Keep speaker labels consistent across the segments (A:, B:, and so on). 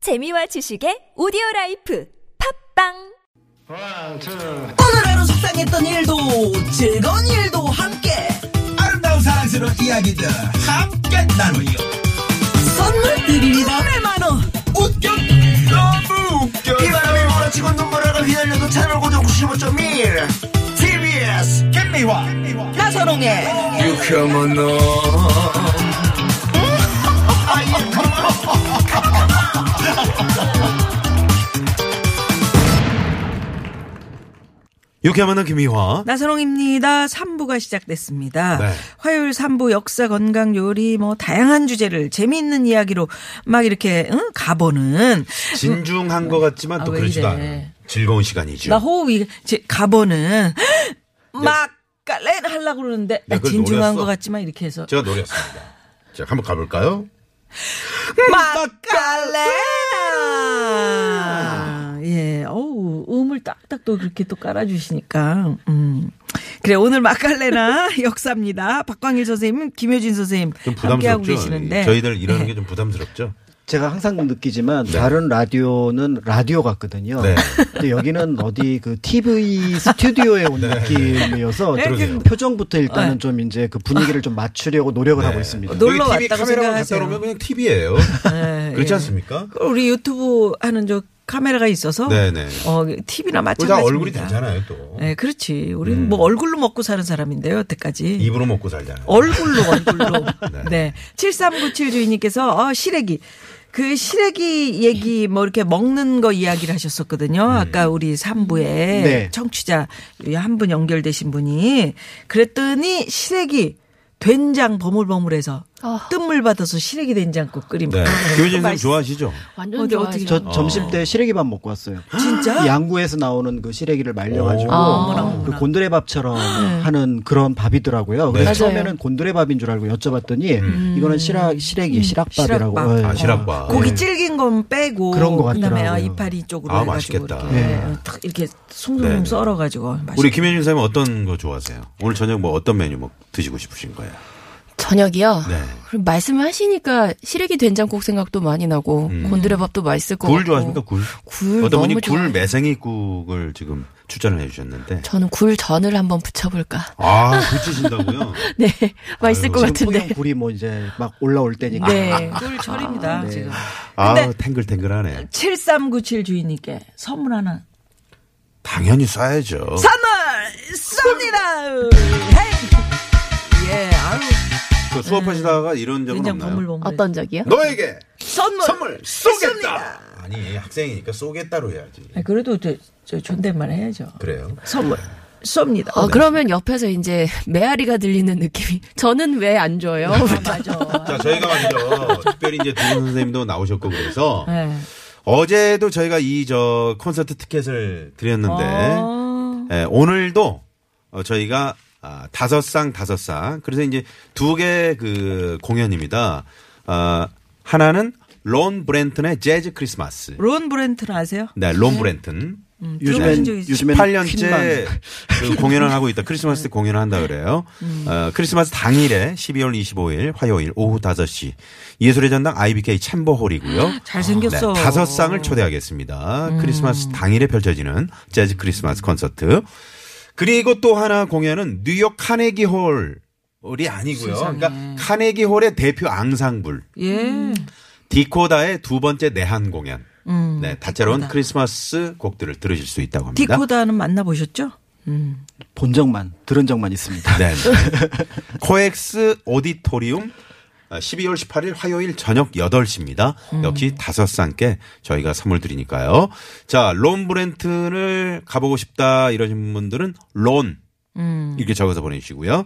A: 재미와 지식의 오디오 라이프 팝빵
B: One, two.
C: 오늘 하루 속상했던 일도 즐거운 일도 함께
D: 아름다운 사랑스러운 이야기들 함께 나누요.
C: 선물 드립니다 100만원
D: 웃겨 너무 웃겨.
B: 비바람이 몰아치고 눈보라가 휘날려도 채널 고정 95.1 TBS
D: 김미화
C: 나선홍의
B: 유쾌한 너
E: 유쾌한 만남 김희화.
F: 나선홍입니다. 3부가 시작됐습니다.
E: 네.
F: 화요일 3부 역사, 건강, 요리 뭐 다양한 주제를 재미있는 이야기로 막 이렇게 응? 가보는
E: 진중한 것 같지만 또
F: 아, 왜
E: 그렇지도
F: 이래.
E: 않은 즐거운 시간이죠.
F: 나 호흡이 제 가보는 막 깔렌 하려고 그러는데
E: 네, 그걸
F: 진중한
E: 노렸어.
F: 것 같지만 이렇게 해서
E: 제가 노렸습니다. 자, 한번 가볼까요?
F: 막 깔렌 예, 어우, 음을 딱딱 또 그렇게 또 깔아주시니까, 음. 그래, 오늘 막갈레나 역사입니다. 박광일 선생님, 김효진 선생님.
E: 좀
F: 함께하고
E: 부담스럽죠?
F: 계시는데.
E: 저희들 이러는
F: 네.
E: 게 좀 부담스럽죠?
G: 제가 항상 느끼지만 다른 라디오는 라디오 같거든요.
E: 네.
G: 근데 여기는 어디 그 TV 스튜디오에 온 느낌이어서
H: 네,
G: 좀
E: 네. 그러게요.
G: 표정부터 일단은 좀 이제 그 분위기를 좀 맞추려고 노력을
E: 네.
G: 하고 있습니다.
F: 네. 놀러
E: 여기 TV
F: 왔다고 생각하세요. 네,
E: 카메라만 갖다 놓으면 그냥 TV예요. 그렇지 않습니까?
F: 우리 유튜브 하는 저 카메라가 있어서
E: 네네.
F: 어 TV나
E: 우리 다
F: 마찬가지입니다.
E: 얼굴이 되잖아요, 음. 또.
F: 네, 그렇지. 우리는 뭐 얼굴로 먹고 사는 사람인데요, 여태까지.
E: 입으로 먹고 살잖아요.
F: 얼굴로 얼굴로.
E: 네.
F: 네. 7397 주인님께서 어 시래기 그 시래기 얘기 뭐 이렇게 먹는 거 이야기를 하셨었거든요. 아까 우리 3부에
G: 네.
F: 청취자 한 분 연결되신 분이 그랬더니 시래기 된장 버물버물해서 뜸물 받아서 시래기 된장국 끓이면
E: 네.
F: 아,
E: 김효진 선생님
F: 맛있어.
E: 좋아하시죠?
H: 완전
F: 어디,
H: 좋아하죠.
F: 어떻게
G: 저 점심 때 시래기밥 먹고 왔어요.
F: 진짜?
G: 이 양구에서 나오는 그 시래기를 말려가지고
E: 어. 아,
G: 그 곤드레 밥처럼 하는 그런 밥이더라고요. 그래서
H: 네.
E: 네.
H: 맞아요.
G: 처음에는 곤드레 밥인 줄 알고 여쭤봤더니 이거는 시락 시래기
H: 음.
G: 시락밥이라고.
F: 시락밥.
G: 예.
E: 음. 아, 시락밥.
F: 고기 찔긴 건 빼고
G: 그런 것
F: 그다음에
G: 같더라고요.
F: 이파리 쪽으로
E: 아,
F: 해가지고
E: 맛있겠다.
F: 이렇게 탁 이렇게 숭숭숭
E: 네네.
F: 썰어 가지고
E: 우리 김효진 선생님 어떤 거 좋아하세요? 오늘 저녁 뭐 어떤 메뉴 뭐 드시고 싶으신 거예요?
H: 저녁이요.
E: 네.
H: 그럼 말씀을 하시니까 시래기 된장국 생각도 많이 나고
E: 음.
H: 곤드레밥도 맛있을 것
E: 굴
H: 같고.
E: 좋아하십니까? 굴?
H: 굴
E: 어떤 분이
H: 너무
E: 굴
H: 좋아해요.
E: 매생이국을 지금 추천을 해주셨는데.
H: 저는 굴 전을 한번 붙여볼까.
E: 아, 붙이신다고요?
H: 네, 맛있을
E: 아유,
G: 지금
H: 것 같은데.
G: 포경 굴이 뭐 이제 막 올라올 때니까.
H: 네.
F: 꿀 철입니다 지금.
E: 아,
F: 근데-
E: 탱글탱글하네.
F: 7397 주인님께 선물 하나.
E: 당연히 쏴야죠.
F: 선물 쏩니다. 헤이. 예, 아유.
E: 그 수업하시다가 이런 적은
F: 된장
E: 없나요?
F: 버물버물.
H: 어떤 적이요?
E: 너에게
F: 선물.
E: 선물 쏘겠다. 아니 학생이니까 쏘겠다로 해야지.
F: 아니, 그래도 저, 저 존댓말 해야죠.
E: 그래요?
F: 선물 쏩니다.
E: 네.
H: 어, 그러면 옆에서 이제 메아리가 들리는 느낌이. 저는 왜 안 줘요?
F: 맞아.
E: 자 저희가 먼저 특별히 이제 두 선생님도 나오셨고 그래서
F: 네.
E: 어제도 저희가 이 저 콘서트 티켓을 드렸는데 예, 오늘도 어, 저희가 아, 다섯 쌍 다섯 쌍 그래서 이제 두 개 그 공연입니다. 아, 하나는 론 브랜튼의 재즈 크리스마스.
F: 론 브렌트는 아세요? 음,
E: 네, 론 브랜튼.
G: 요즘엔
F: 들어보신 적 있어요?
G: 요즘엔
E: 8년째 그 공연을 하고 있다. 크리스마스 때 공연을 한다 그래요.
F: 음.
E: 어, 크리스마스 당일에 12월 25일 화요일 오후 5시 예술의 전당 IBK 챔버홀이고요.
F: 아, 잘생겼어. 음.
E: 네, 다섯 쌍을 초대하겠습니다. 크리스마스 당일에 펼쳐지는 재즈 크리스마스 콘서트. 그리고 또 하나 공연은 뉴욕 카네기 홀이 아니고요. 그러니까 카네기 홀의 대표 앙상블
F: 예.
H: 음.
E: 디코다의 두 번째 내한 공연. 네, 다채로운 크리스마스 곡들을 들으실 수 있다고
F: 음.
E: 합니다.
F: 디코다는 만나보셨죠?
G: 본 적만 들은 적만 있습니다.
E: 네. 네. 코엑스 오디토리움 아, 12월 18일 화요일 저녁 8시입니다.
F: 음.
E: 역시 다섯 쌍께 저희가 선물 드리니까요. 자, 론 브랜튼을 가보고 싶다 이러신 분들은 론 이렇게 적어서 보내주시고요.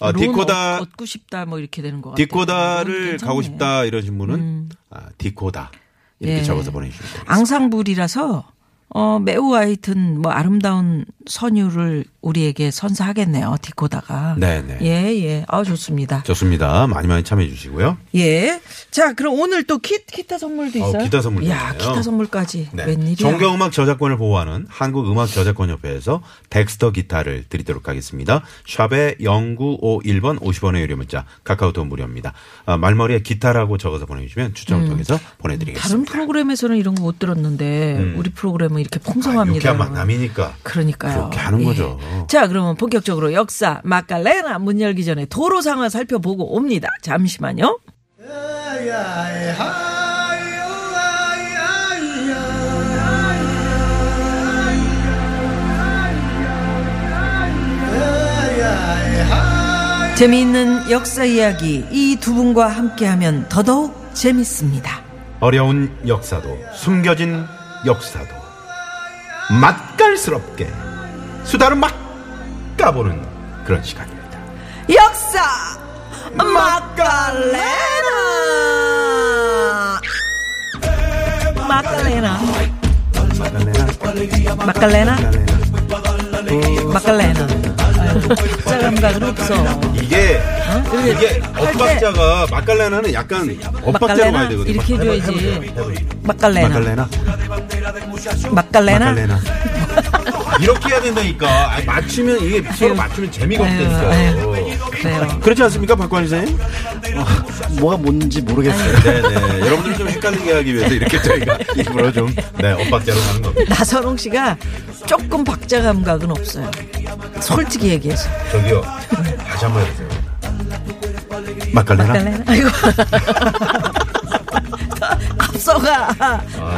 E: 어,
F: 음. 론
E: 디코다
F: 얻- 얻고 싶다 뭐 이렇게 되는 것 같아요. 론
E: 디코다를
F: 괜찮네. 음.
E: 가고 싶다 이러신 분은 아, 디코다 이렇게
F: 예.
E: 적어서 보내주시면 됩니다.
F: 앙상블이라서 어, 매우 하여튼 뭐 아름다운 선율을 우리에게 선사하겠네요. 디코다가.
E: 네네.
F: 예, 예. 아, 좋습니다.
E: 좋습니다. 많이 많이 참여해 주시고요.
F: 예. 자, 그럼 오늘 또 키, 기타 선물도
E: 어,
F: 있어요.
E: 기타 선물도
F: 야,
E: 있네요.
F: 기타 선물까지. 웬일이야.
E: 정경음악 저작권을 보호하는 한국음악저작권협회에서 덱스터 기타를 드리도록 하겠습니다. 샵에 0951번 50원의 유료 문자 카카오톡 무료입니다. 아, 말머리에 기타라고 적어서 보내주시면 추첨을 통해서
F: 음. 다른
E: 보내드리겠습니다. 음.
F: 프로그램에서는 이런 거 못 들었는데 우리 프로그램은 이렇게
E: 아,
F: 풍성합니다.
E: 유쾌한
F: 여러분.
E: 만남이니까
F: 그러니까요.
E: 그렇게 하는
F: 예.
E: 거죠.
F: 자, 그러면 본격적으로 역사 마깔레나 문 열기 전에 도로 상황 살펴보고 옵니다. 잠시만요. 재미있는 역사 이야기 이 두 분과 함께하면 더더욱 재밌습니다.
E: 어려운 역사도 숨겨진 역사도 맛깔스럽게 수다를 막 까보는 그런 시간입니다.
F: 역사 마깔레나 마깔레나 마깔레나 마깔레나 박자 감각은 없어
E: 이게 이게
F: 어? 할 때-
E: 엇박자가 마깔레나는 약간 엇박자로
F: 마깔레나
E: 가야 되거든요.
F: 이렇게
E: 해봐,
F: 해줘야지.
E: 해보세요. 해보세요.
F: 마깔레나
E: 마깔레나
F: 마깔레나
E: 마깔레나 이렇게 해야 된다니까. 아니, 맞추면 이게
F: 네.
E: 서로 맞추면 재미가
F: 아유,
E: 없다니까요.
F: 그래요
E: 그렇지 않습니까, 박관희 선생님?
G: 뭐가 뭔지 모르겠어요.
E: 네네. 여러분들이 좀 헷갈리게 하기 위해서 이렇게 저희가 일부러 좀 네, 엇박자로 가는 겁니다.
F: 나선홍 씨가 조금 박자 감각은 없어요 솔직히 얘기해서
E: 저기요. 다시 한번 해보세요. 마깔레나?
F: 마깔레나 아이고 앞서가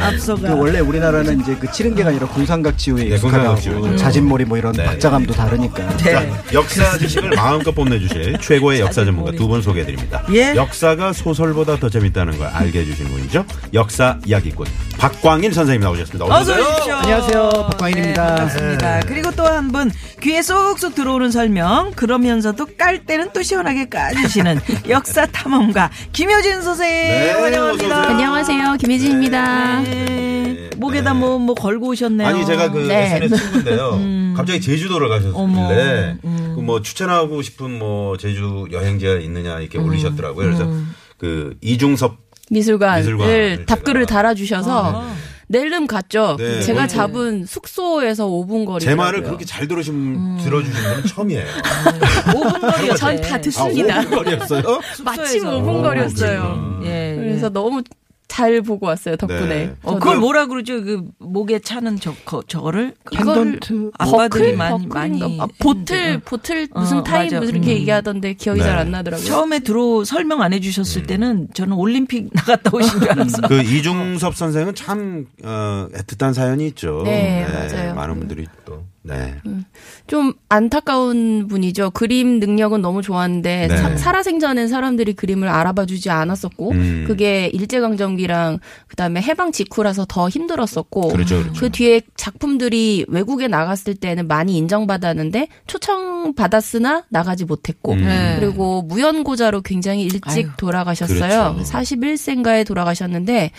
F: 앞서가
G: 그 원래 우리나라는 이제 그 치른게가 아니라 군산각지우에
E: 네,
G: 익숙하다고
E: 군산각지우죠.
G: 자진몰이 뭐 이런
E: 네.
G: 박자감도 다르니까
F: 네.
E: 역사 지식을 마음껏 뽐내주실 최고의 역사 전문가 두 분 소개해드립니다.
F: 예.
E: 역사가 소설보다 더 재밌다는 걸 알게 해주신 분이죠. 역사 이야기꾼 박광일 선생님 나오셨습니다. 어서
F: 어서
E: 오세요.
F: 오십시오.
G: 안녕하세요. 박광일입니다.
F: 네, 반갑습니다. 그리고 또 한 분 귀에 쏙쏙 들어오는 설명 그러면서도 깔 때는 또 시원하게 까주시는 역사 탐험가 김효진 선생님
E: 네,
F: 환영합니다.
E: 어서 오세요.
H: 안녕하세요. 김혜진입니다.
F: 네, 목에다 뭐 뭐 걸고 오셨네요.
E: 아니 제가 그
H: 네.
E: SNS 친구인데요. 갑자기 제주도를 가셨길래 그 뭐 추천하고 싶은 뭐 제주 여행지가 있느냐 이렇게 올리셨더라고요. 그래서 그 이중섭
H: 미술관을
E: 미술관을
H: 답글을
E: 제가.
H: 달아주셔서 낼름 갔죠.
E: 네,
H: 제가
E: 거기-
H: 잡은 숙소에서 5분 거리.
E: 제 말을 그렇게 잘 들으신 들어주신 분은 처음이에요. 아,
F: 5분 거리였어요.
H: 전다 듣습니다.
E: 오분 거리였어요.
H: 마침
F: 숙소에서.
H: 5분 거리였어요. 네.
F: 예.
H: 그래서 너무 잘 보고 왔어요 덕분에.
E: 네.
F: 어, 그걸 뭐라 그러죠? 그 목에 차는 저 거, 저거를
H: 이거를
F: 아빠들이
H: 버클
F: 많이
H: 버클인가?
F: 많이
H: 아, 보틀 보틀 무슨
F: 어,
H: 타임
F: 맞아.
H: 무슨 이렇게
F: 음.
H: 얘기하던데 기억이
E: 네.
H: 잘 안 나더라고요.
F: 처음에 들어 설명 안 해주셨을 때는 저는 올림픽 나갔다 오신 줄 알았어.
E: 음. 그 이중섭 선생은 참 어, 애틋한 사연이 있죠.
H: 네, 맞아요.
E: 많은 분들이 또 네.
H: 좀 안타까운 분이죠. 그림 능력은 너무 좋았는데
E: 네.
H: 사- 살아생전엔 사람들이 그림을 알아봐 주지 않았었고
E: 음.
H: 그게 일제강점기랑 그다음에 해방 직후라서 더 힘들었었고
E: 그렇죠, 그렇죠.
H: 그 뒤에 작품들이 외국에 나갔을 때는 많이 인정받았는데 초청 받았으나 나가지 못했고
E: 음.
F: 네.
H: 그리고 무연고자로 굉장히 일찍
F: 아유,
H: 돌아가셨어요.
E: 그렇죠.
H: 41세인가에 돌아가셨는데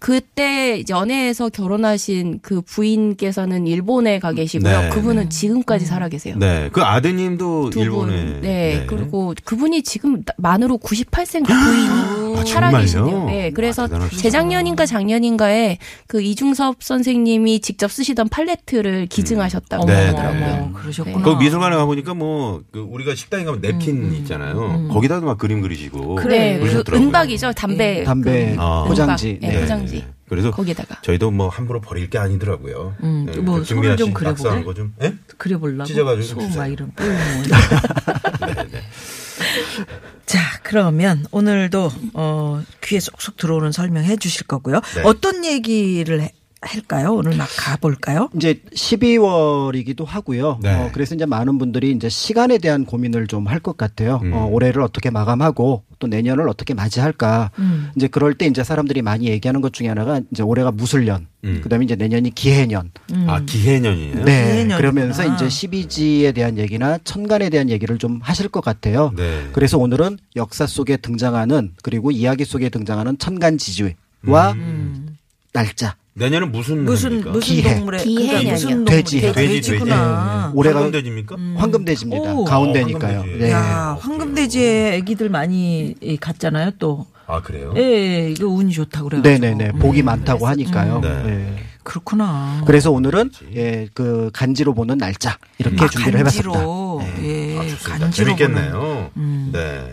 H: 그때 이제 연애해서 결혼하신 그 부인께서는 일본에 가 계시고요.
E: 네.
H: 그분은 지금까지 살아 계세요.
E: 네. 그 아드님도
H: 음. 두
E: 일본에
H: 분. 네. 그리고 그분이 지금 나- 만으로 98세인가 부인
E: 아,
H: 살아 계신데요.
E: 정말요?
H: 네. 그래서
E: 아, 대단하시다.
H: 재작년인가 작년인가에 그 이중섭 선생님이 직접 쓰시던 팔레트를 기증하셨다고
E: 네, 네.
H: 하더라고요.
F: 어머, 그러셨구나.
E: 그 미술관에 가보니까 뭐, 그 우리가 식당에 가면 냅킨 있잖아요. 거기다도 막 그림 그리시고.
H: 그래. 그
E: 그러셨더라고요. 네,
H: 은박이죠. 담배.
G: 담배
H: 그
E: 아.
G: 포장지.
H: 은박. 네,
G: 네.
H: 포장지.
E: 그래서
H: 거기다가.
E: 저희도 뭐 함부로 버릴 게 아니더라고요.
F: 음,
E: 네,
F: 뭐
E: 김미아
F: 손을 좀
E: 씨
F: 그려보게?
E: 낙서한 거 좀. 예?
F: 그려보려고
E: 찢어가지고
F: 소
E: 주세요. 네.
F: 막 이런 뿔 모으는. 자 그러면 오늘도 어, 귀에 쏙쏙 들어오는 설명해 주실 거고요.
E: 네.
F: 어떤 얘기를 해- 할까요? 오늘 막 가볼까요?
G: 이제 12월이기도 하고요.
E: 네.
G: 어, 그래서 이제 많은 분들이 이제 시간에 대한 고민을 좀 할 것 같아요.
E: 음.
G: 어, 올해를 어떻게 마감하고 또 내년을 어떻게 맞이할까.
F: 음.
G: 이제 그럴 때 이제 사람들이 많이 얘기하는 것 중에 하나가 이제 올해가 무술년,
E: 음.
G: 그다음에 이제 내년이 기해년.
E: 아, 기해년이에요?
G: 네.
F: 기해년이구나.
G: 그러면서 이제 12지에 대한 얘기나 천간에 대한 얘기를 좀 하실 것 같아요.
E: 네.
G: 그래서 오늘은 역사 속에
E: 음.
G: 등장하는 그리고 이야기 속에 등장하는 천간 지지와 날짜
E: 내년은 무슨
F: 무슨
E: 해입니까?
F: 무슨
G: 기해.
F: 동물에
H: 기해는
F: 그러니까
H: 아니야.
F: 무슨
G: 돼지.
F: 동물?
E: 돼지,
F: 돼지구나.
G: 올해가- 음.
E: 황금 돼지입니까?
G: 황금돼지입니다.
F: 음. 오.
G: 가운데니까요.
E: 어, 황금돼지.
G: 네.
F: 야 황금돼지에 아기들 많이 이, 갔잖아요 또.
E: 아 그래요?
F: 예, 예, 이거 운이 좋다 그래가지고.
G: 네네네. 복이
F: 음.
G: 많다고 하니까요.
E: 네. 음.
G: 네.
F: 그렇구나.
G: 그래서 오늘은 예, 그 간지로 보는 날짜 이렇게 준비를 해봤습니다.
F: 아, 간지로. 예, 음.
E: 아, 좋습니다.
F: 간지로.
E: 재밌겠네요. 네.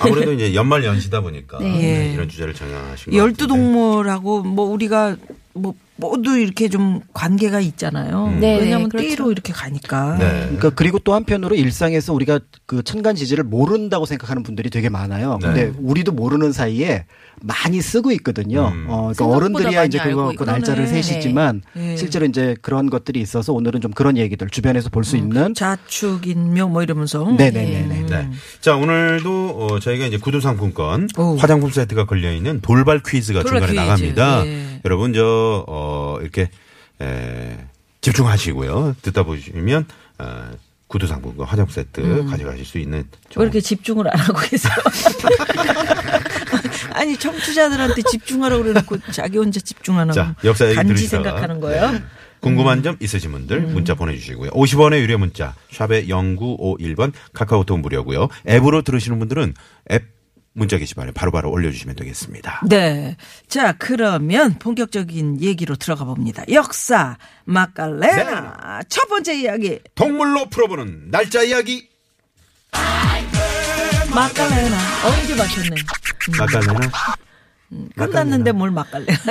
E: 아무래도 이제 연말 연시다 보니까
H: 네.
E: 네, 이런 주제를 정하신 것
F: 열두
E: 같은데.
F: 동물하고 뭐 우리가 뭐 모두 이렇게 좀 관계가 있잖아요.
H: 네,
F: 왜냐면
H: 그렇죠.
F: 띠로 이렇게 가니까.
E: 음. 네.
G: 그러니까 그리고 또 한편으로 일상에서 우리가 그 천간지지를 모른다고 생각하는 분들이 되게 많아요.
E: 네.
G: 근데 우리도 모르는 사이에 많이 쓰고 있거든요.
E: 음.
G: 어, 그러니까
H: 생각보다
G: 어른들이야
H: 많이
G: 이제 그거
H: 알고
G: 갖고
H: 있구나.
G: 날짜를
H: 네.
G: 세시지만
F: 네.
G: 실제로 이제 그런 것들이 있어서 오늘은 좀 그런 얘기들 주변에서 볼 수
H: 음,
G: 있는
F: 자축인묘 뭐 이러면서. 예.
G: 네네네네.
E: 네. 자, 오늘도 어, 저희가 이제 구두 상품권,
F: 음. 오.
E: 화장품 세트가 걸려 있는 돌발 퀴즈가
F: 돌발
E: 중간에
F: 퀴즈.
E: 나갑니다.
F: 예.
E: 여러분 저 어, 이렇게 에, 집중하시고요. 듣다 보시면 어, 구두 상품권, 화장품 세트
F: 음.
E: 가져가실 수 있는
F: 왜 이렇게 집중을 안 하고 계세요? 아니 청취자들한테 집중하라고 그래놓고 자기 혼자 집중 안 하고
H: 음,
E: 자, 역사 얘기
F: 단지
E: 들으시다가.
F: 생각하는 거예요?
E: 네. 궁금한 점 있으신 분들
H: 음.
E: 문자 보내주시고요. 50원의 유료 문자 샵의 0951번 카카오톡 무료고요. 앱으로 들으시는 분들은 앱 문자 게시판에 바로바로 올려주시면 되겠습니다.
F: 네. 자, 그러면 본격적인 얘기로 들어가 봅니다. 역사
E: 네.
F: 마깔레나 첫 번째 이야기
E: 동물로 풀어보는 날짜 이야기
F: 마깔레나 어 이제 맞췄네.
E: 맞다잖아.
F: 끝났는데 뭘 마깔레나?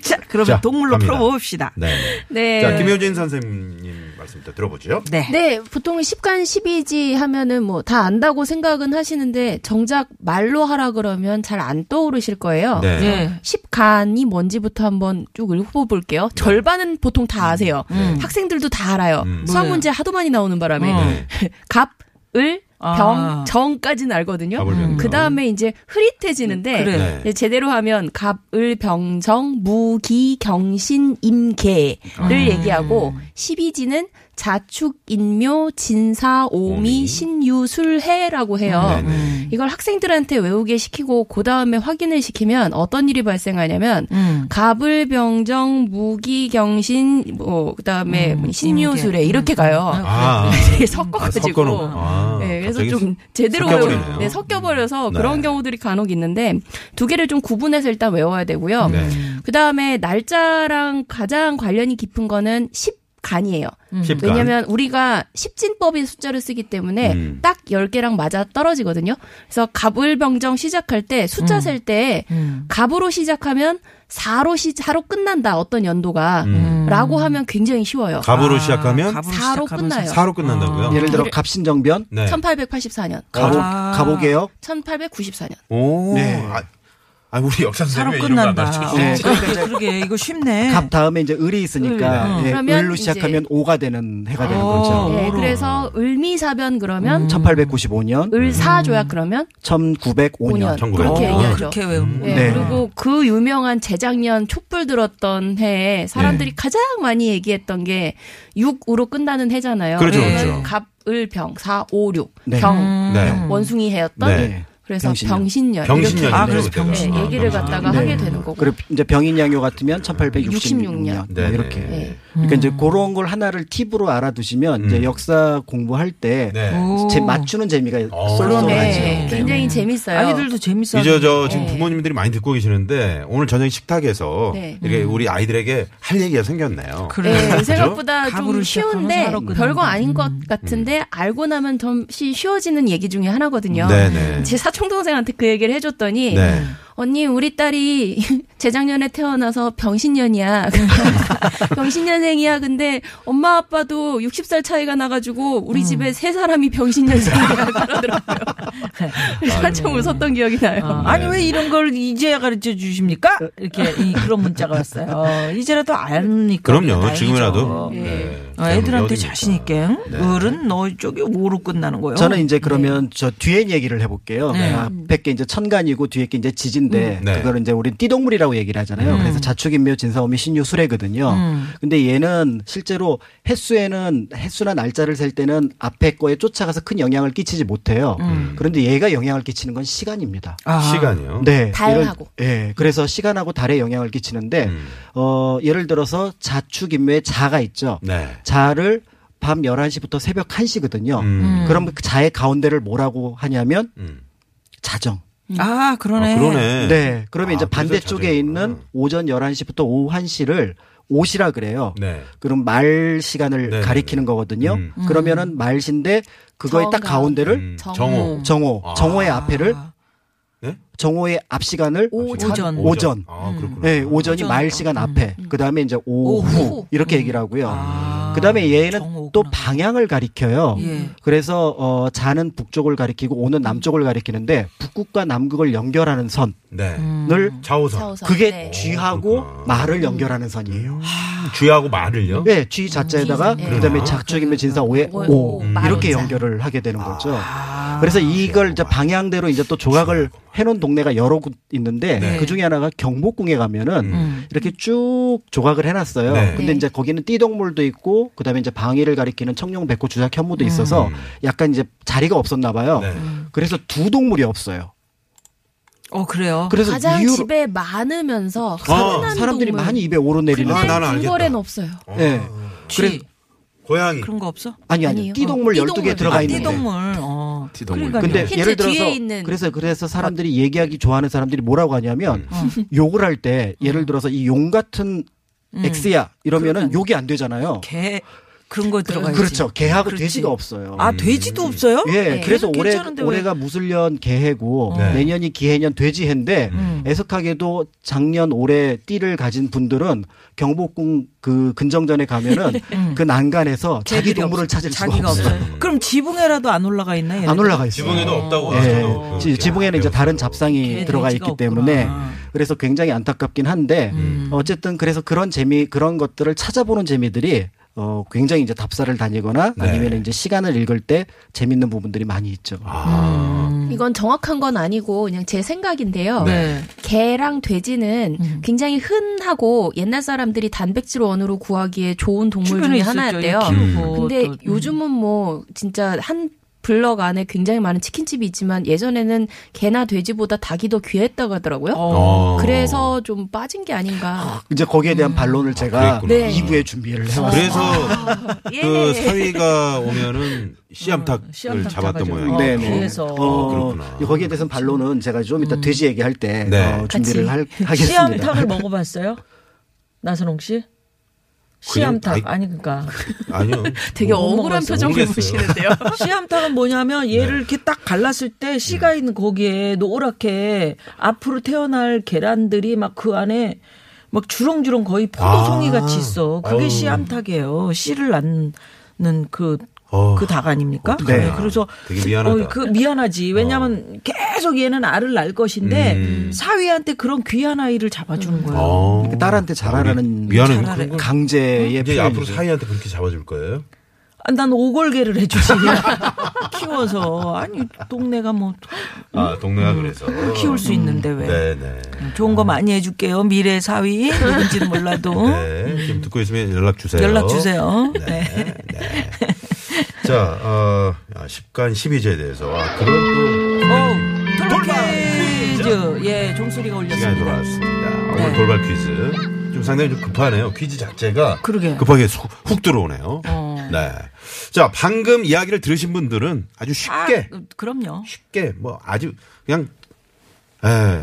F: 자, 그러면
E: 자,
F: 동물로
E: 갑니다.
F: 풀어봅시다.
E: 네.
H: 네.
E: 자 김효진 선생님 말씀부터 들어보죠.
F: 네.
H: 네, 보통은 10간 12지 하면은 뭐 다 안다고 생각은 하시는데 정작 말로 하라 그러면 잘 안 떠오르실 거예요.
E: 네.
F: 네.
H: 10간이 뭔지부터 한번 쭉
E: 네.
H: 읽어볼게요. 절반은 보통 다 아세요. 학생들도 다 알아요.
E: 음.
H: 수학 문제 하도 많이 나오는 바람에
F: 어.
E: 네.
H: 갑, 을,
F: 아.
H: 병, 정까지는 알거든요.
E: 가볼병정.
H: 그 다음에 이제 흐릿해지는데
F: 그래.
E: 네.
H: 이제 제대로 하면 갑, 을, 병, 정, 무, 기, 경, 신, 임, 개를
E: 아.
H: 얘기하고 12지는 자축, 인묘, 진사, 오미,
E: 오미.
H: 신, 유, 술, 해라고 해요.
E: 네네.
H: 이걸 학생들한테 외우게 시키고 그 다음에 확인을 시키면 어떤 일이 발생하냐면 갑을 병정 무기 경신 뭐 그다음에 신유술에 이렇게 가요.
E: 아,
H: 되게
E: 아,
H: 네. 섞어가지고.
E: 섞어놓은. 아,
H: 네, 그래서
E: 갑자기
H: 좀 제대로
E: 섞여버리네요.
H: 외우- 네, 섞여버려서
E: 네.
H: 그런 경우들이 간혹 있는데 두 개를 좀 구분해서 일단 외워야 되고요.
E: 네.
H: 그 다음에 날짜랑 가장 관련이 깊은 거는 10간이에요.
E: 십간.
H: 왜냐면 우리가 십진법의 숫자를 쓰기 때문에
E: 그러니까. 음.
H: 딱 10개랑 맞아 떨어지거든요. 그래서 갑을병정 시작할 때 숫자 셀 때 갑으로 시작하면 4로 시 4로 끝난다. 어떤 연도가 라고 하면 굉장히 쉬워요.
E: 음. 갑으로
F: 아,
E: 시작하면
F: 갑으로
H: 사로
F: 시작하면서
H: 끝나요.
E: 사로
H: 아.
E: 끝난다고요.
H: 그렇죠.
G: 예를 들어 갑신정변,
E: 네.
H: 1884년,
G: 가보
F: 아.
G: 가보게요.
H: 1894년.
E: 오.
G: 네.
E: 아, 아, 우리 역사
F: 사로
E: 선생님이 이런 거안
F: 끝난다.
E: 가르쳐
G: 네.
F: 어, 그러게, 그러게 이거 쉽네.
G: 갑 다음에 이제 을이 있으니까
H: 을.
G: 예,
H: 그러면
G: 을로
H: 이제-
G: 시작하면 오가 되는 해가 되는
F: 어.
G: 거죠.
H: 네, 그래서 을미사변 그러면
G: 음. 1895년,
H: 을사 조약 그러면
G: 1905년.
H: 5년.
F: 어,
H: 그렇게
E: 오,
H: 얘기하죠.
F: 그렇게 음- 외우는 거.
H: 네,
G: 네.
H: 그리고 그 유명한 재작년 촛불 들었던 해에 사람들이 가장 많이 얘기했던 게 6으로 끝나는 해잖아요.
E: 그렇죠,
H: 그러면
E: 그렇죠.
H: 갑, 을, 병, 사, 오, 육,
G: 네.
H: 병,
E: 네.
H: 원숭이 해였던
G: 예.
E: 네.
H: 그래서
G: 병신년.
H: 병신년.
E: 병신년이네요.
F: 아, 그래서
E: 그때가.
H: 이렇게 네, 얘기를 갖다가 하게 되는 거고.
G: 그리고 이제 병인양요 같으면 1866년
H: 1866년.
E: 네,
G: 이렇게.
E: 네.
H: 네.
G: 그러니까 이제 그런 걸 하나를 팁으로 알아두시면 이제 역사 공부할 때
E: 음. 네.
G: 제 맞추는 재미가
E: 어.
G: 쏠쏠하죠.
H: 네,
G: 네.
H: 굉장히 재밌어요.
F: 아이들도 재밌어.
E: 이제 저 지금 부모님들이 많이 듣고 계시는데 오늘 저녁 식탁에서
H: 네.
E: 이렇게 우리 아이들에게 할 얘기가 생겼네요.
F: 그래.
H: 네, 생각보다 좀
F: 가구를 시작하면
H: 쉬운데
F: 사로 끝난다.
H: 별거 아닌 것 같은데 알고 나면 점시 쉬워지는 얘기 중에 하나거든요. 음,
E: 네네.
H: 제 사촌 동생한테 그 얘기를 해줬더니
E: 네.
H: 언니 우리 딸이 재작년에 태어나서 병신년이야. 병신년생이야. 근데 엄마 아빠도 60살 차이가 나가지고 우리 집에 세 사람이 병신년생이야 그러더라고요. 네. 그래서 한참 웃었던 기억이 나요.
F: 네. 어, 아니 왜 이런 걸 이제야 가르쳐 주십니까? 이렇게 이, 그런 문자가 왔어요. 어, 이제라도 아니까.
E: 그럼요.
F: 다행이죠.
E: 지금이라도.
F: 어,
E: 네.
F: 네, 애들한테
E: 어디입니까?
F: 자신 있게
G: 네.
F: 을은 너 쪽이 오로 끝나는 거예요.
H: 네.
G: 아, 저는 이제 그러면 저 뒤에 얘기를 해볼게요. 앞에 게 이제 천간이고 뒤에 게 이제 지진
H: 음.
G: 신유인데
E: 네.
G: 그걸 이제 우리 띠동물이라고 얘기를 하잖아요. 그래서 자축인묘 진사오미 신유 수레거든요.
H: 음.
G: 근데 얘는 실제로 횟수에는 횟수나 날짜를 셀 때는 앞에 거에 쫓아가서 큰 영향을 끼치지 못해요.
H: 음.
G: 그런데 얘가 영향을 끼치는 건 시간입니다.
E: 아.
F: 아.
E: 시간이요.
G: 네.
H: 달하고.
G: 이런- 예. 그래서 시간하고 달에 영향을 끼치는데
E: 음.
G: 어 예를 들어서 자축인묘에 자가 있죠.
E: 네.
G: 자를 밤 11시부터 새벽 1시거든요.
E: 음.
G: 그럼 그 자의 가운데를 뭐라고 하냐면
E: 음.
G: 자정.
F: 아, 그러네.
E: 아, 그러네.
G: 네. 그러면
E: 아,
G: 이제
E: 그래서
G: 반대쪽에
E: 자정이구나. 음.
G: 있는 오전 11시부터 오후 1시를 옷이라 그래요.
E: 네.
G: 그럼 말 시간을
E: 네,
G: 가리키는 거거든요.
E: 음.
G: 그러면은 말신데 그거의 딱
H: 정가.
G: 가운데를
E: 음,
F: 어.
E: 정오.
G: 정오,
E: 아.
G: 정오의 앞에를
E: 네?
G: 정오의 앞 시간을
H: 오전.
F: 오전.
G: 오전.
E: 아, 그렇구나.
G: 네, 오전이
H: 오전.
G: 말 시간 앞에, 그 다음에 이제 오후,
H: 오후.
G: 이렇게 얘기를 하고요. 그 다음에 얘는
F: 정오구나.
G: 또 방향을 가리켜요.
F: 예.
G: 그래서 어, 자는 북쪽을 가리키고 오는 남쪽을 가리키는데 북극과 남극을 연결하는 선을
E: 네.
G: 음.
H: 차
E: 좌우선.
H: 우선.
G: 그게
H: 음. 네.
G: 쥐하고
E: 그렇구나. 음.
G: 말을 연결하는 선이에요.
E: 쥐하고 아, 말을요?
G: 네, 쥐 자자에다가
H: 쥐, 네.
G: 그다음에
E: 그렇구나.
G: 작중이면 진사 오에
H: 오에
G: 오
H: 오, 말
G: 이렇게
H: 오자.
G: 연결을 하게 되는 거죠.
E: 아.
G: 그래서 이걸 이제 방향대로 이제 또 조각을 해놓은 동네가 여러 곳 있는데
E: 네. 음.
G: 그 중에 하나가 경복궁에 가면은
F: 음.
G: 이렇게 쭉 조각을 해놨어요.
E: 네.
G: 근데
H: 네.
G: 이제 거기는 띠동물도 있고 그다음에 이제 방위를 가리키는 청룡 백호 주작 현무도 있어서 약간 이제 자리가 없었나 봐요.
E: 음. 네.
G: 그래서 두 동물이 없어요.
F: 어, 그래요.
G: 그래서
H: 가장
G: 이유로
H: 집에 많으면서 흔한
G: 사람들이
H: 동물.
G: 많이 입에 오르내리는
E: 아,
H: 근데
E: 나는 알겠다.
H: 궁궐엔 없어요.
G: 예.
F: 쥐.
G: 그래-
E: 고양이.
F: 그런 거 없어?
G: 아니 아니
H: 아니에요.
G: 띠동물
H: 어,
G: 열두 개
H: 띠동물.
G: 들어가
F: 아,
G: 있는데
F: 띠동물. 어.
E: 띠동물.
F: 그러니까요.
G: 네. 근데
H: 힌트
G: 예를 들어서
H: 뒤에 있는-
G: 그래서 그래서 사람들이 얘기하기 좋아하는 사람들이 뭐라고 하냐면
E: 음.
G: 욕을 할 때 예를 들어서 이 용 같은 엑스야 이러면은 욕이 안 되잖아요.
F: 음. 개 그런 거 들어가 있지.
G: 그렇죠. 개하고
F: 그렇지.
G: 돼지가 없어요.
F: 아, 돼지도 없어요?
G: 예,
H: 네.
G: 그래서 올해
F: 괜찮은데 왜- 어.
G: 올해가 무술년 개해고
E: 네.
G: 내년이 기해년 돼지해인데
F: 음.
G: 애석하게도 작년 올해 띠를 가진 분들은 경복궁 그 근정전에 가면은 그 난간에서 자기
F: 개들이 음.
G: 동물을
F: 없어.
G: 찾을 수가
F: 자기가
G: 없어요.
F: 없어요. 그럼 지붕에라도 안 올라가 있나? 얘네들?
G: 안 올라가 있어요.
E: 지붕에도 없다고
G: 예,
E: 하죠.
G: 지- 지붕에는 이제 다른 잡상이
F: 걔
G: 들어가
F: 돼지가
G: 있기
F: 없구나. 음.
G: 때문에 그래서 굉장히 안타깝긴 한데
E: 음.
G: 어쨌든 그래서 그런 재미 그런 것들을 찾아보는 재미들이 어 굉장히 이제 답사를 다니거나
E: 네.
G: 아니면 이제 시간을 읽을 때 재밌는 부분들이 많이 있죠.
E: 아.
H: 이건 정확한 건 아니고 그냥 제 생각인데요.
F: 네.
H: 개랑 돼지는 굉장히 흔하고 옛날 사람들이 단백질 원으로 구하기에 좋은 동물
F: 주변에
H: 중에
F: 있었죠.
H: 하나였대요.
F: 키우고
H: 근데
F: 또, 음.
H: 요즘은 뭐 진짜 한 블럭 안에 굉장히 많은 치킨집이 있지만 예전에는 개나 돼지보다 닭이 더 귀했다고 하더라고요.
E: 어.
H: 그래서 좀 빠진 게 아닌가.
G: 이제 거기에 대한 반론을 제가
E: 음. 아, 그랬구나.
H: 네.
G: 2부에 준비를 해왔어요. 음.
E: 그래서 그 사위가 오면은 씨암탉을
F: 씨암탉 잡아줘.
E: 잡았던 모양이에요.
G: 네,
F: 어,
G: 네.
F: 그래서. 음.
G: 어,
E: 그렇구나.
G: 거기에 대해서 반론은 제가 좀 이따 돼지 얘기할 때
E: 네.
G: 어, 준비를 할, 하겠습니다.
F: 씨암탉을 먹어봤어요? 나선홍 씨? 씨암탉
E: 아이-
F: 아니 그러니까. 그니까
E: 아니요.
H: 되게
E: 뭐,
H: 억울한
E: 모르겠어요.
H: 표정을
E: 모르겠어요.
H: 보시는데요.
F: 씨암탉은 뭐냐면
E: 네.
F: 얘를 이렇게 딱 갈랐을 때 씨가
E: 음.
F: 있는 거기에 노랗게 앞으로 태어날 계란들이 막 그 안에 막 주렁주렁 거의 포도송이
E: 아.
F: 같이 있어. 그게
E: 어우.
F: 씨암탉이에요. 씨를 낳는 그
E: 어.
F: 그 닭 아닙니까?
E: 어떡하냐.
F: 네, 그래서
E: 되게 미안하다. 어.
F: 그 미안하지. 왜냐하면 계속 얘는 알을 낳을 것인데
E: 음.
F: 사위한테 그런 귀한 아이를 잡아주는 거예요.
E: 어.
G: 그 딸한테 잘하라는
E: 우리 미안해.
F: 잘하래.
G: 강제의
E: 이제 앞으로
G: 표현이죠.
E: 사위한테 그렇게 잡아줄 거예요?
F: 아, 난 오골개를 해주지. 키워서. 아니, 동네가 뭐,
E: 아 동네가 그래서
F: 키울 수 있는데 왜.
E: 음, 네네.
F: 좋은 거 많이 해줄게요. 미래 사위. 누군지는 몰라도.
E: 네. 지금 듣고 있으면 연락 주세요.
F: 어? 연락 주세요. 네.
E: 자, 어, 아, 10간 12제에 대해서 아, 그런
F: 오, 돌발 퀴즈. 예, 종소리가
E: 또
F: 울렸습니다.
E: 시간이 돌아왔습니다. 오늘
F: 네.
E: 돌발 퀴즈 좀 상당히 좀 급하네요. 퀴즈 자체가
F: 그러게.
E: 급하게 수- 훅 들어오네요. 네. 자, 방금 이야기를 들으신 분들은 아주
F: 아,
E: 쉽게
F: 그럼요.
E: 쉽게 뭐 아주 그냥 에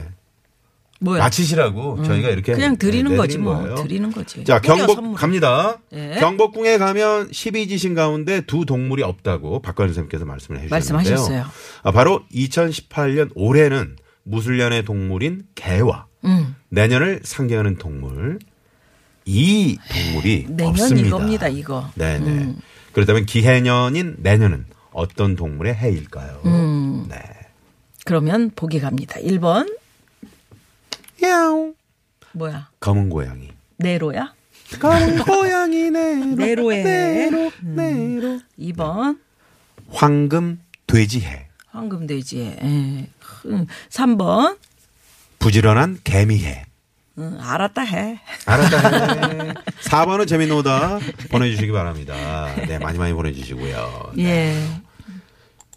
F: 뭐야.
E: 맞히시라고 저희가 이렇게
F: 그냥 드리는
E: 네,
F: 거지 뭐.
E: 거예요.
F: 드리는 거지.
E: 자,
F: 꾸려
E: 경복
F: 선물을.
E: 갑니다.
F: 예.
E: 경복궁에 가면 12지신 가운데 두 동물이 없다고 박관우 선생님께서 말씀을 해주셨는데요.
F: 말씀하셨어요.
E: 아, 바로 2018년 올해는 무술년의 동물인 개와
F: 음.
E: 내년을 상징하는 동물 이 동물이
F: 예, 내년
E: 없습니다.
F: 이겁니다, 이거. 음.
E: 네네. 그렇다면 기해년인 내년은 어떤 동물의 해일까요?
F: 음.
E: 네.
F: 그러면 보기 갑니다. 1번.
E: 야옹.
F: 뭐야.
E: 검은 고양이.
F: 네로야?
E: 검은 고양이 네로.
F: 네로의 음. 해.
E: 네로.
F: 2번.
E: 황금 돼지해.
F: 황금돼지에. 예. 음, 3번.
E: 부지런한 개미해.
F: 응, 알았다 해.
E: 알았다. 해. 4번은 재미노다 보내주시기 바랍니다. 네, 많이 많이 보내주시고요. 네.
F: 예.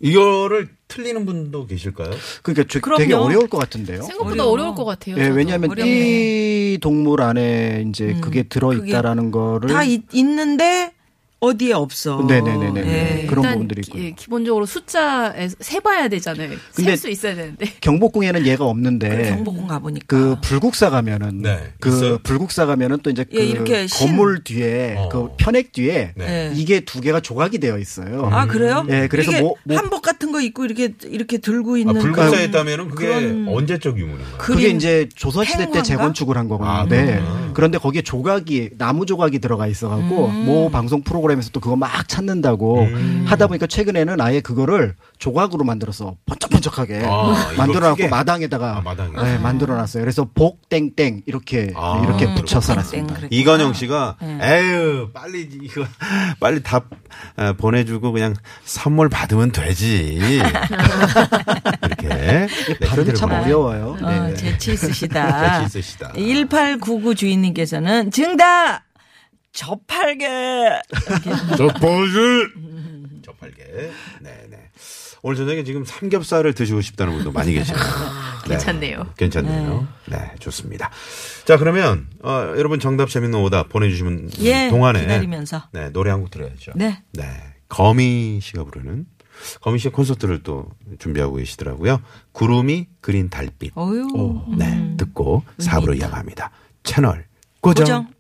E: 이거를 틀리는 분도 계실까요? 아,
G: 그러니까 저-
F: 그럼요.
G: 되게 어려울 것 같은데요.
F: 어려워.
H: 생각보다 어려울것 같아요.
G: 예,
H: 저도.
G: 왜냐하면 띠 동물 안에 이제 그게 들어 있다라는 거를
F: 음, 다 있, 있는데 어디에 없어.
G: 네네네네.
F: 예.
G: 그런
H: 일단
G: 부분들이 있고.
H: 예, 기본적으로 숫자에 세봐야 되잖아요.
G: 근데-
H: 셀 수 있어야 되는데.
G: 경복궁에는 얘가 없는데
F: 경복궁 가보니까.
G: 예. 그 불국사 가면은
E: 아. 네,
G: 그
E: 있어요?
G: 불국사 가면은 또 이제 그
F: 예, 이렇게 신.
G: 건물 뒤에
E: 어.
G: 그 편액 뒤에
E: 네.
G: 이게 두 개가 조각이 되어 있어요.
F: 아 그래요?
G: 예, 그래서
F: 이게
G: 뭐- 뭐-
F: 한복 같은 거 입고 이렇게 이렇게 들고
E: 아,
F: 있는
E: 불국사에 있다면 그게
F: 그런-
E: 언제적 유물인가요?
G: 그게
F: 그림-
G: 이제 조선시대
F: 행화인가?
G: 때 재건축을 한 거거든요.
E: 아,
G: 네.
E: 그렇구나.
G: 그런데 거기에 조각이, 나무 조각이 들어가 있어갖고,
E: 음.
G: 뭐 방송 프로그램에서 또 그거 막 찾는다고 하다 보니까 최근에는 아예 그거를 조각으로 만들어서 번쩍번쩍하게
E: 아, 이거 크게?
G: 만들어놨고 마당에다가
E: 아, 마당에.
G: 네, 만들어놨어요. 그래서 복땡땡 이렇게,
E: 아,
G: 이렇게
E: 음.
G: 붙여서
F: 땡
G: 놨습니다.
F: 그랬구나.
E: 이건영 씨가 에휴 빨리 이거 빨리 답 어, 보내주고 그냥 선물 받으면 되지 이렇게 네,
G: 발음이 참
E: 힘들구나.
G: 어려워요.
F: 어,
G: 네.
F: 재치 있으시다.
E: 재치 있으시다.
F: 1899 주인님께서는 정답 저팔계
E: 저팔계 저팔계 네네 오늘 저녁에 지금 삼겹살을 드시고 싶다는 분도 많이 계시네요. 네.
H: 괜찮네요.
E: 괜찮네요. 네. 좋습니다. 자 그러면 어, 여러분 정답 재밌는 오답 보내주시면
F: 예,
E: 동안에
F: 기다리면서.
E: 네 노래 한 곡 들어야죠.
F: 네.
E: 네. 거미 씨가 부르는 거미 씨의 콘서트를 또 준비하고 계시더라고요. 구름이 그린 달빛.
F: 어유
E: 네. 듣고 4부로 이어갑니다. 채널
F: 음.
E: 고정.
F: 고정.